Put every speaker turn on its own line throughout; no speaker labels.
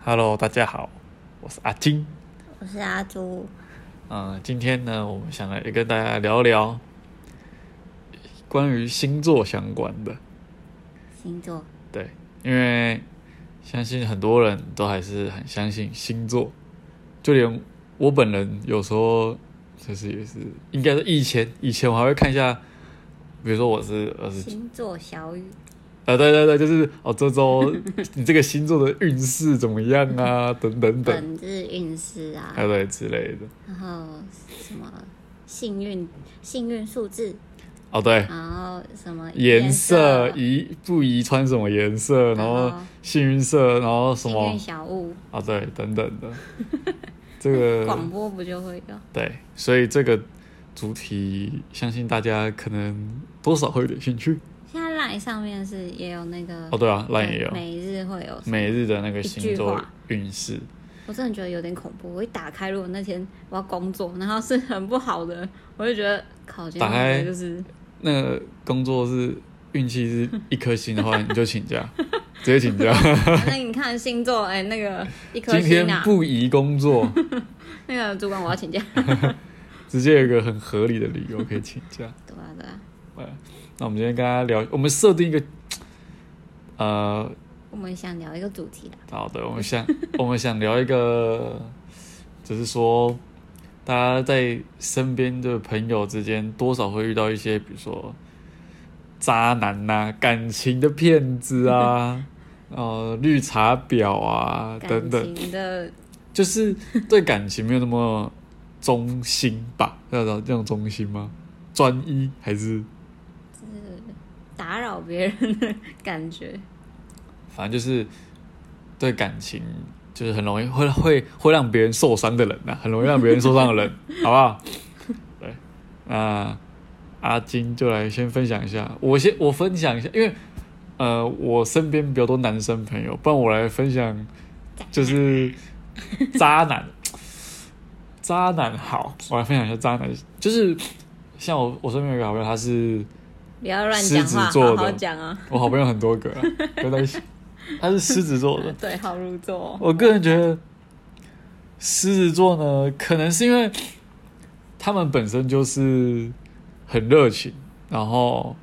Hello，大家好，我是阿金。
我是啊阿朱，
嗯，今天呢，我们想来跟大家聊聊关于星座相关的。
星座
对，因为相信很多人都还是很相信星座，就连我本人有时候就是也是，应该是以前以前我还会看一下，比如说我是二十
星座小雨，
呃，对对对，就是哦，这周你这个星座的运势怎么样啊？等等等，
本日运势啊
还，有对之类的。
然后什么幸运幸运数字，
哦，对，
然后什么
颜
色
色，宜不宜穿什么颜色，然后
哦
幸运色，然后什
幸
么
运小物，
啊，对，等等 的，这个
广播不就会有？
对，所以这个主题，相信大家可能多少会有点兴趣。
现在 LINE 上面是也有那个
哦，对啊，LINE 也有
嗯每日会有，
每日的那个星
一句
座
话
运势，
我真的觉得有点恐怖。我一打开，如果那天我要工作，然后是很不好的，我就觉得靠，今天
打开
会不会 就是
那个工作是运气是一颗星的话，你就请 假，直接请假。
反正你看星座，哎，那个一颗
今天
星啊，
不宜工作，
那个主管我要请 假。
直接有一个很合理的理由可以请假。
对啊，对啊。
那我们今天跟大家聊，我们设定一个，呃，
我们想聊一个主题啦，
好的，我们想我们想聊一个， 就是说大家在身边的朋友之间，多少会遇到一些，比如说渣男呐、啊感情的骗子 啊，呃，绿茶婊啊等
感
等，
情的
就是对感情没有那么忠心吧？要叫这种忠心吗？专一还是
打扰别人的感觉，
反正就是对感情就是很容易会会会让别人受伤的人呐、啊很容易让别人受伤的人， 好不好？对，那阿金就来先分享一下，我先我分享一下，因为呃我身边比较多男生朋友，不然我来分享就是渣男，渣男好，我来分享一下渣男，就是像我我身边有一个好朋友，他是
不要乱讲
狮
话，
子座
好
的
好讲啊。
我好朋友很多个、啊，都在一起，他是狮子座的。
对号入座哦、
我个人觉得狮子座呢，可能是因为他们本身就是很热情，然后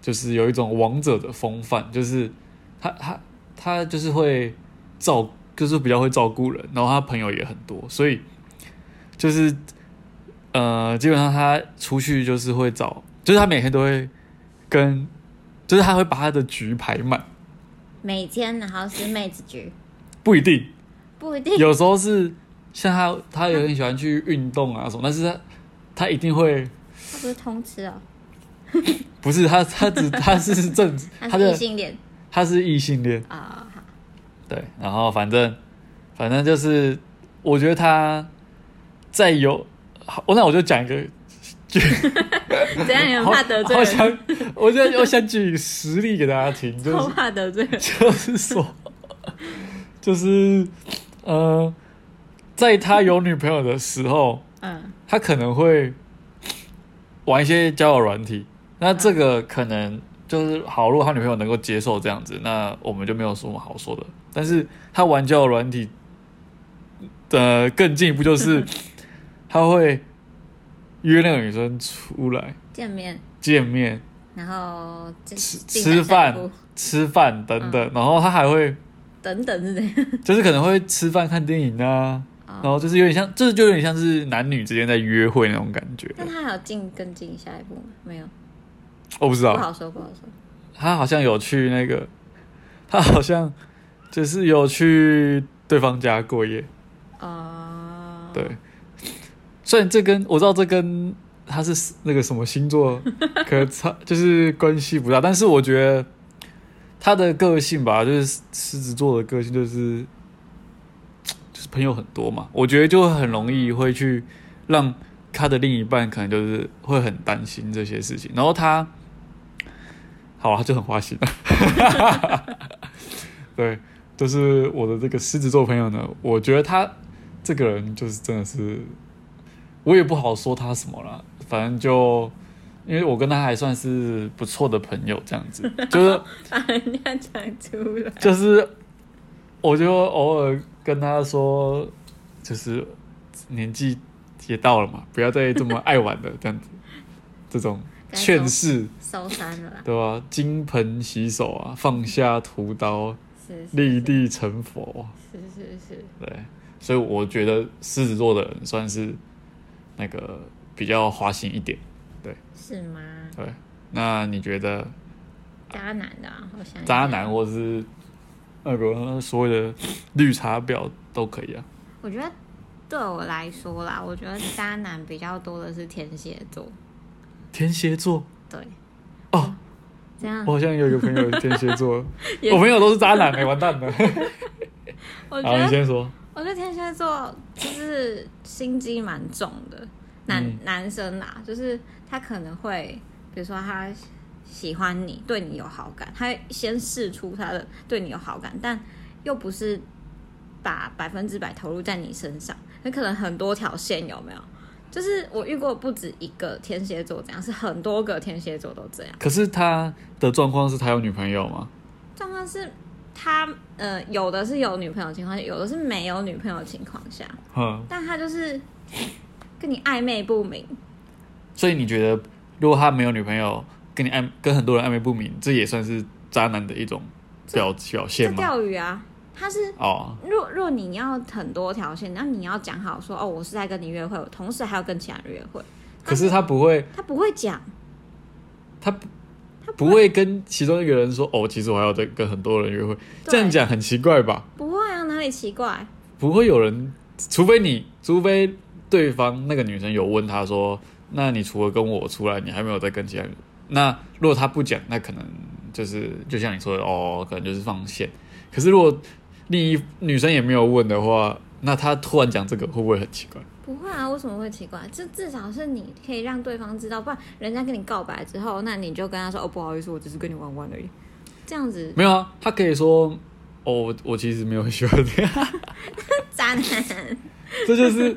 就是有一种王者的风范，就是他他他就是会照，就是比较会照顾人，然后他朋友也很多，所以就是呃，基本上他出去就是会找，就是他每天都会跟，就是他会把他的局排满，
每天然后是妹子局，
不一定。
不一定
有时候是像他，他也很喜欢去运动啊什么，但是他他一定会
他不是通吃哦，
不是他他 只他是正他
他是异
的
性恋
他是异性恋
啊、 好
对，然后反正反正就是我觉得他在有好，那我就讲一个
怎样？你很
好
怕得罪
好
人，
想我就我想举实例给大家听，就是
超 怕得罪 人。
就是说，就是呃，在他有女朋友的时候。
嗯，
他可能会玩一些交友软体，那这个可能就是好，如果他女朋友能够接受这样子，那我们就没有什么好说的。但是他玩交友软体的更进一步就是， 他会约那个女生出来
见面，
见面、
然后吃
吃吃饭、吃饭等
嗯
等，然后他还会
等等是怎样？
就是可能会吃饭、看电影啊，
哦
然后就是有点像，这就有点像是男女之间在约会那种感觉。
那他还有进更进下一步吗？没有，
我不知道
不，好说，不好说。
他好像有去那个，他好像就是有去对方家过夜。
哦、
对，虽然这跟我知道这跟他是那个什么星座可差，就是关系不大，但是我觉得他的个性吧，就是狮子座的个性，就是就是朋友很多嘛，我觉得就很容易会去让他的另一半可能就是会很担心这些事情，然后他，好、啊，他就很花心 了，对。就是我的这个狮子座朋友呢，我觉得他这个人就是真的是，我也不好说他什么啦，反正就因为我跟他还算是不 错的朋友，这样子，就是
把人家讲出来，
就是我就偶尔跟他说，就是年纪也到了嘛，不要再这么爱玩了，这样子， 这种
该收
劝世，
收山了啦，
对吧、金盆洗手啊，放下屠刀，
是是
立地成佛，啊
是是是，
对。所以我觉得狮子座的人算是那个比较花心一点，
是吗？
对。那你觉得
渣男的、啊，我想一下
渣男，或是那个所谓的绿茶婊都可以啊？
我觉得对我来说啦，我觉得渣男比较多的是天蝎座，
天蝎座
对，
哦，
这样
我好像有一个朋友是天蝎座
也，
哦我朋友都是渣男，没完 蛋了。
我觉
好，你
得
先说。
我觉得天蝎座就是心机蛮重的，男、
嗯
男生啦，就是他可能会，比如说他喜欢你，对你有好感，他会先试出他的对你有好感，但又不是把百分之百投入在你身上，很可能很多条线，有没有？就是我遇过不止一个天蝎座这样，是很多个天蝎座都这样。
可是他的状况是他有女朋友吗？
状况是他呃，有的是有女朋友的情况下，有的是没有女朋友的情况下，
哼，
但他就是跟你暧昧 不明，
所以你觉得如果他没有女朋友，跟你暧跟很多人暧昧不明，这也算是渣男的一种表表
这
现吗？
钓鱼啊，他是。
哦，
若若你要很多条线，那你要讲好说哦，我是在跟你约会，我同时还要跟其他人约会。
可是他不会，
他不会讲，
他不不会跟其中一个人说哦，其实我还要再跟很多人约会，
对
这样讲很奇怪吧？
不会啊，哪里奇怪？
不会有人，除非你，除非对方那个女生有问他说，那你除了跟我出来，你还没有再跟其他人？那如果他不讲，那可能就是就像你说的，哦，可能就是放线。可是如果另一女生也没有问的话，那他突然讲这个会不会很奇怪？
不会啊，为什么会奇怪？这至少是你可以让对方知道，不然人家跟你告白之后，那你就跟他说哦，不好意思，我只是跟你玩玩而已。这样子
没有啊，他可以说，哦，我我其实没有很喜欢这样，
渣男，
这就是，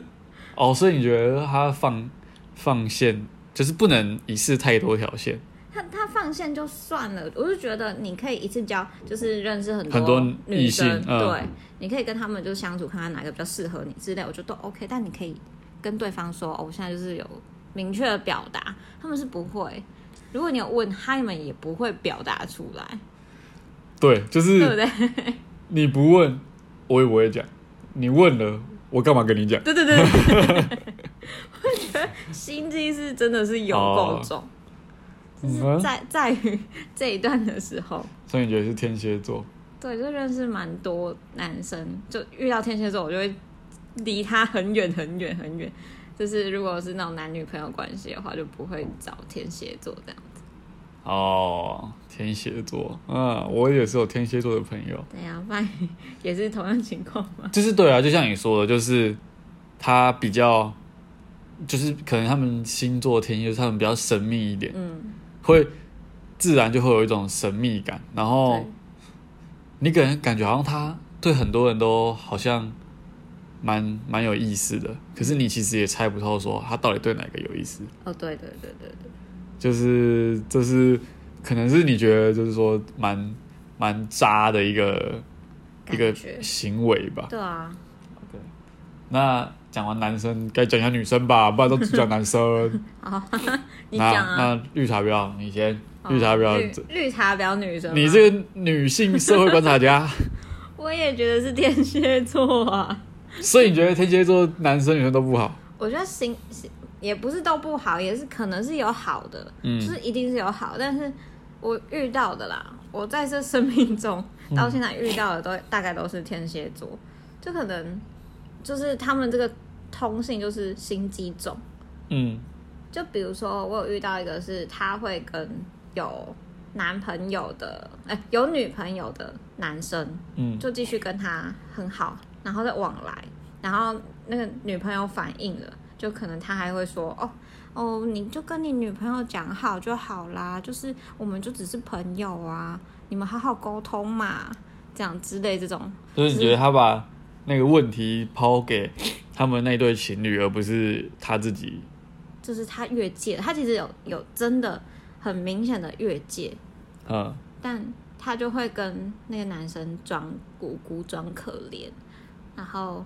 哦，所以你觉得他放放线就是不能一次太多条线，
他他放线就算了，我就觉得你可以一次交，就是认识很
很多
女
异性
生，
嗯
对，你可以跟他们就相处，看看哪个比较适合你之类，我觉得都 OK。但你可以跟对方说，哦，我现在就是有明确的表达，他们是不会。如果你有问，他们也不会表达出来，
对，就是
对不对？
你不问，我也不会讲；你问了，我干嘛跟你讲？
对对对， 我觉得心机是真的是有够重，就是
嗯
在在于这一段的时候，
所以你觉得是天蝎座？
对，就认识蛮多男生，就遇到天蝎座，我就会离他很远很远很远。就是如果是那种男女朋友关系的话，就不会找天蝎座这样。
哦，天蝎座，嗯，我也是有天蝎座的朋友，
对呀、不然 也是同样情况嘛。
就是对啊，就像你说的，就是他比较，就是可能他们星座天蝎，他们比较神秘一点，
嗯，
会自然就会有一种神秘感，然后
对
你给人感觉好像他对很多人都好像蛮蛮有意思的，可是你其实也猜不透说他到底对哪个有意思。
哦，对对对对对，
就是这是可能是你觉得就是说蛮蛮渣的一个一个
感觉
行为吧。
对啊，
那讲完男生，该讲一下女生吧，不然都只讲男生。
好， 你
那
讲啊。
那绿茶婊，你先。
哦
绿茶
绿
婊，
绿茶婊女生吗，
你这个女性社会观察 家，
我也觉得是天蝎座啊。
所以你觉得天蝎座男生女生都不好？
我觉得行行也不是都不好，也是可能是有好的，
嗯
就是一定是有好，但是我遇到的啦，我在这生命中到现在遇到的都、大概都是天蝎座，就可能就是他们这个通性就是心机重，
嗯，
就比如说我有遇到一个是他会跟有男朋友的，哎、有女朋友的男生，
嗯
就继续跟他很好，然后再往来，然后那个女朋友反应了，就可能他还会说哦哦，你就跟你女朋友讲好就好啦，就是我们就只是朋友啊，你们好好沟通嘛，这样之类这种，
就是你觉得他把那个问题抛给他们那对情侣，而不是他自己。
就是他越界，他其实有有真的很明显的越界，
嗯，
但她就会跟那个男生装无辜、装可怜，然后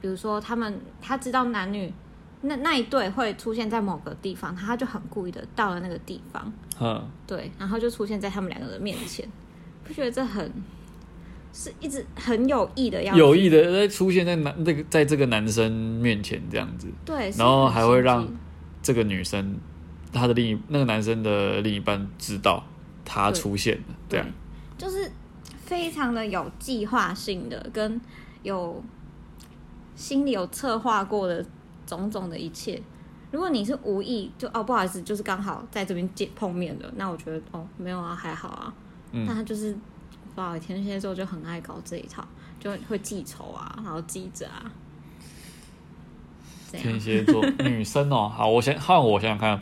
比如说他们，她知道男女那那一对会出现在某个地方，她就很故意的到了那个地方，
嗯，
对，然后就出现在他们两个人面前，不觉得这很是一直很有意的样子，
有意的在出现在男那个在这个男生面前这样子，
对，是
然后
很
还会
心
让
机
这个女生她的另一那个男生的另一半知道他
对
出现了，这样
对，啊就是非常的有计划性的，跟有心里有策划过的种种的一切。如果你是无意，就哦不好意思，就是刚好在这边见碰面的，那我觉得哦没有啊，还好啊。
嗯
但他就是不好，天蝎座就很爱搞这一套，就会记仇啊，然后记着啊，这
天
样
蝎座女生哦，好，我想换我想想看，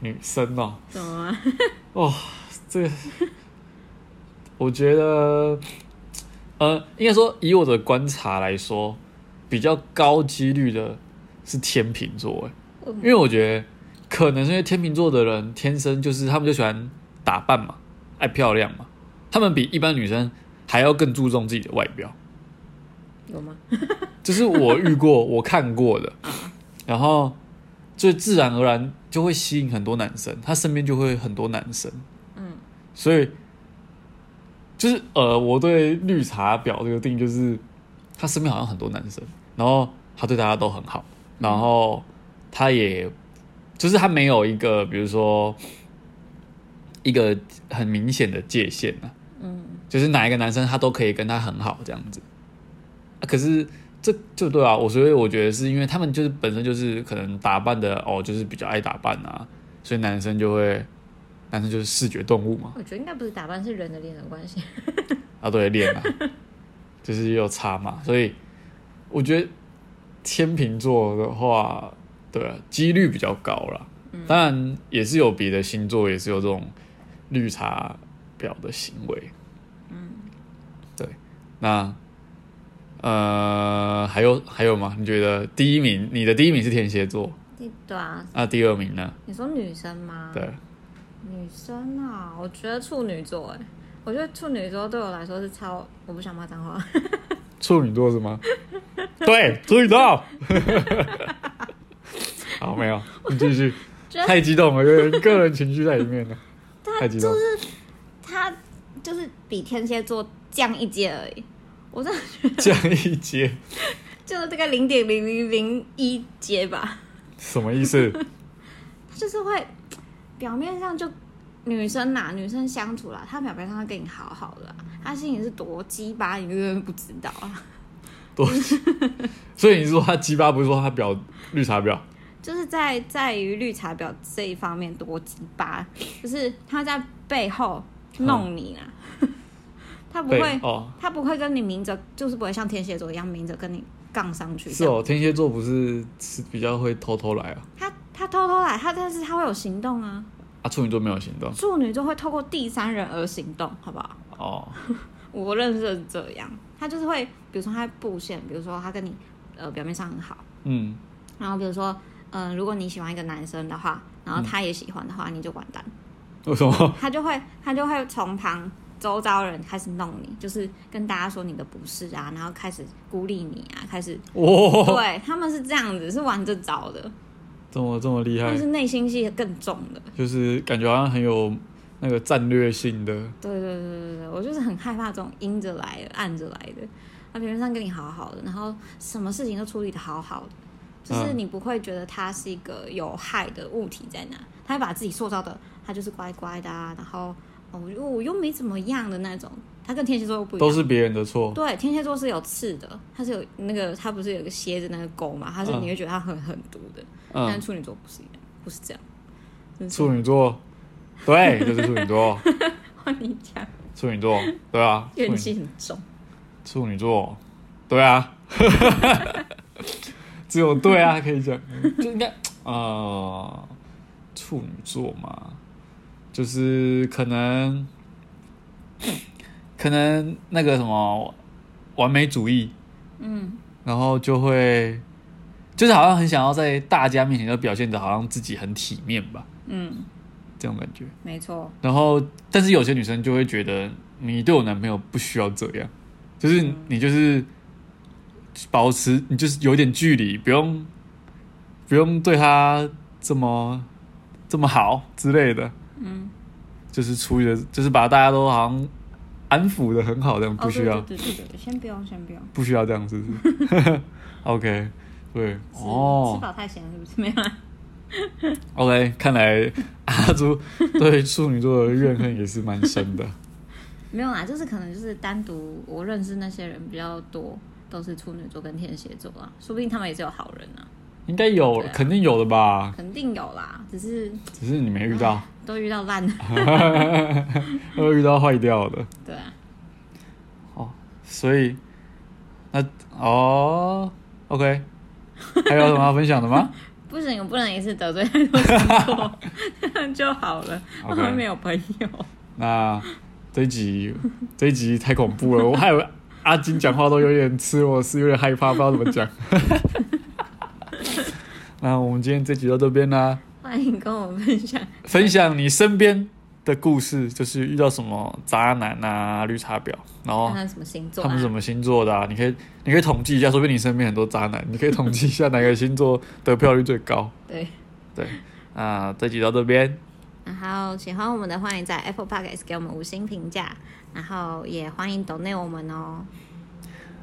女生哦，
怎么 了？
哦，这个 我觉得，呃，应该说以我的观察来说，比较高几率的是天秤座，哎，
为什
因
么
为我觉得可能是因为天秤座的人天生就是他们就喜欢打扮嘛，爱漂亮嘛，他们比一般女生还要更注重自己的外表。
有吗？
这是我遇过、我看过的，然后就自然而然就会吸引很多男生，他身边就会很多男生，
嗯，
所以就是呃，我对绿茶婊这个定义就是，他身边好像很多男生，然后他对大家都很好，然后他也就是他没有一个比如说一个很明显的界限啊，
嗯，
就是哪一个男生他都可以跟他很好这样子。啊可是这就对啊，我所以我觉得是因为他们就是本身就是可能打扮的哦，就是比较爱打扮啊，所以男生就会，男生就是视觉动物嘛，
我觉得应该不是打扮，是人的脸的关系。
啊对，脸啊，就是也有差嘛，所以我觉得天秤座的话，对、啊，几率比较高啦。当然也是有别的星座也是有这种绿茶婊的行为，嗯，对，那呃还有还有吗？你觉得第一名，你的第一名是天蝎座，
对啊，
那第二名呢？
你说女生吗？
对，
女生啊，我觉得处女座哎、我觉得处女座对我来说是超，我不想骂脏话，
处女座是 吗？对，处女座。好，没有，你继续。
就是
太激动了，有点个人情绪在里面了，太激动。
他就是比天蝎座降一阶而已，我真的
降一阶
就是大概零点零零零一阶吧，
什么意 思？
他就是会表面上就女生呐、女生相处啦，她表面上会跟你好好的啊、她心里是多鸡巴，你根本不知道啊，
多，所以你说他鸡巴，不是说他表绿茶婊？
就是在在于绿茶婊这一方面多鸡巴，就是她在背后弄你啦，她不会
对。哦，
他不会跟你明着，就是不会像天蝎座一样明着跟你杠上去。
是，哦，天蝎座不是是比较会偷偷来啊，
他他偷偷来，他但是他会有行动啊。
啊，处女座没有行动
处女座会透过第三人而行动，好不好？
哦，
我认识的是这样，他就是会，比如说他布线，比如说他跟你呃表面上很好，
嗯，
然后比如说嗯、呃如果你喜欢一个男生的话，然后他也喜欢的话，你就完蛋。
为什么？
他就会他就会从旁周遭人开始弄你，就是跟大家说你的不是啊，然后开始孤立你啊，开始
哇，
对他们是这样子，是玩这招的。
这么这么厉害
但，是内心戏更重的。
就是感觉好像很有那个战略性的，
对对对对对，我就是很害怕这种阴着来的、暗着来的。他表面上跟你好好的，然后什么事情都处理的好好的，就是
嗯
你不会觉得他是一个有害的物体在那，他会把自己塑造的，他就是乖乖的、啊，然后哦我又我又没怎么样的那种。他跟天蝎座又不一样，
都是别人的错，
对，天蝎座是有刺的，它是有那个，它不是有一个蝎子那个钩嘛？它是
嗯
你会觉得它很很毒的，但
嗯，
是处女座不是一样，不是这样。真是
处女座，对，就是处女 座，
换你讲，
处女座，对啊，处
怨
女
气很重。
处女座，对啊， 只有对啊可以讲，就应该呃，处女座嘛，就是可能 可能那个什么完美主义，
嗯，
然后就会就是好像很想要在大家面前就表现的好像自己很体面吧，
嗯，
这种感觉。
没错，
然后，但是有些女生就会觉得你对我男朋友不需要这样，就是
嗯
你就是保持，你就是有点距离，不用不用对他这么这么好之类的。
嗯，
就是出于的，就是把大家都好像安抚的很好，这样
哦，
不需要、
对对对对对，先不用，先不用。
不需要这样，是 不是？OK，对，
吃
哦
吃，饱太闲了是不是？ 没有啊，
OK，看来阿朱对处女座的怨恨也是蛮深的。
没有啊，就是可能就是单独我认识那些人比较多，都是处女座跟天蝎座啊，说不定他们也是有好人啊，
应该有，
对啊
肯定有的吧？
肯定有啦，只是
只是你没遇 到，
都遇到烂的，
啊会遇到坏掉的。
对啊，
所以，那哦，OK，还有什么要分享的 吗
不行，我不能一次得罪太多星座， 这样就好了，我
OK
们没有朋友。
那这一集这一集太恐怖了，我还有阿金讲话都有点吃我是有点害怕，不知道怎么讲。 那我们今天这集到这边啦。
欢迎跟我们分享，
分享你身边的故事，就是遇到什么渣男啊、绿茶婊，然后
看看什么星座
他
啊
们？什么星座的、啊，你可以你可以统计一下，说不定你身边很多渣男，你可以统计一下哪个星座得票率最高。
对，
对，啊，这集到这边，
然后喜欢我们的，欢迎在 Apple Podcast 给我们五星评价，然后也欢迎 d o 我们哦，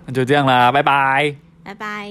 那就这样啦，拜拜。
拜拜。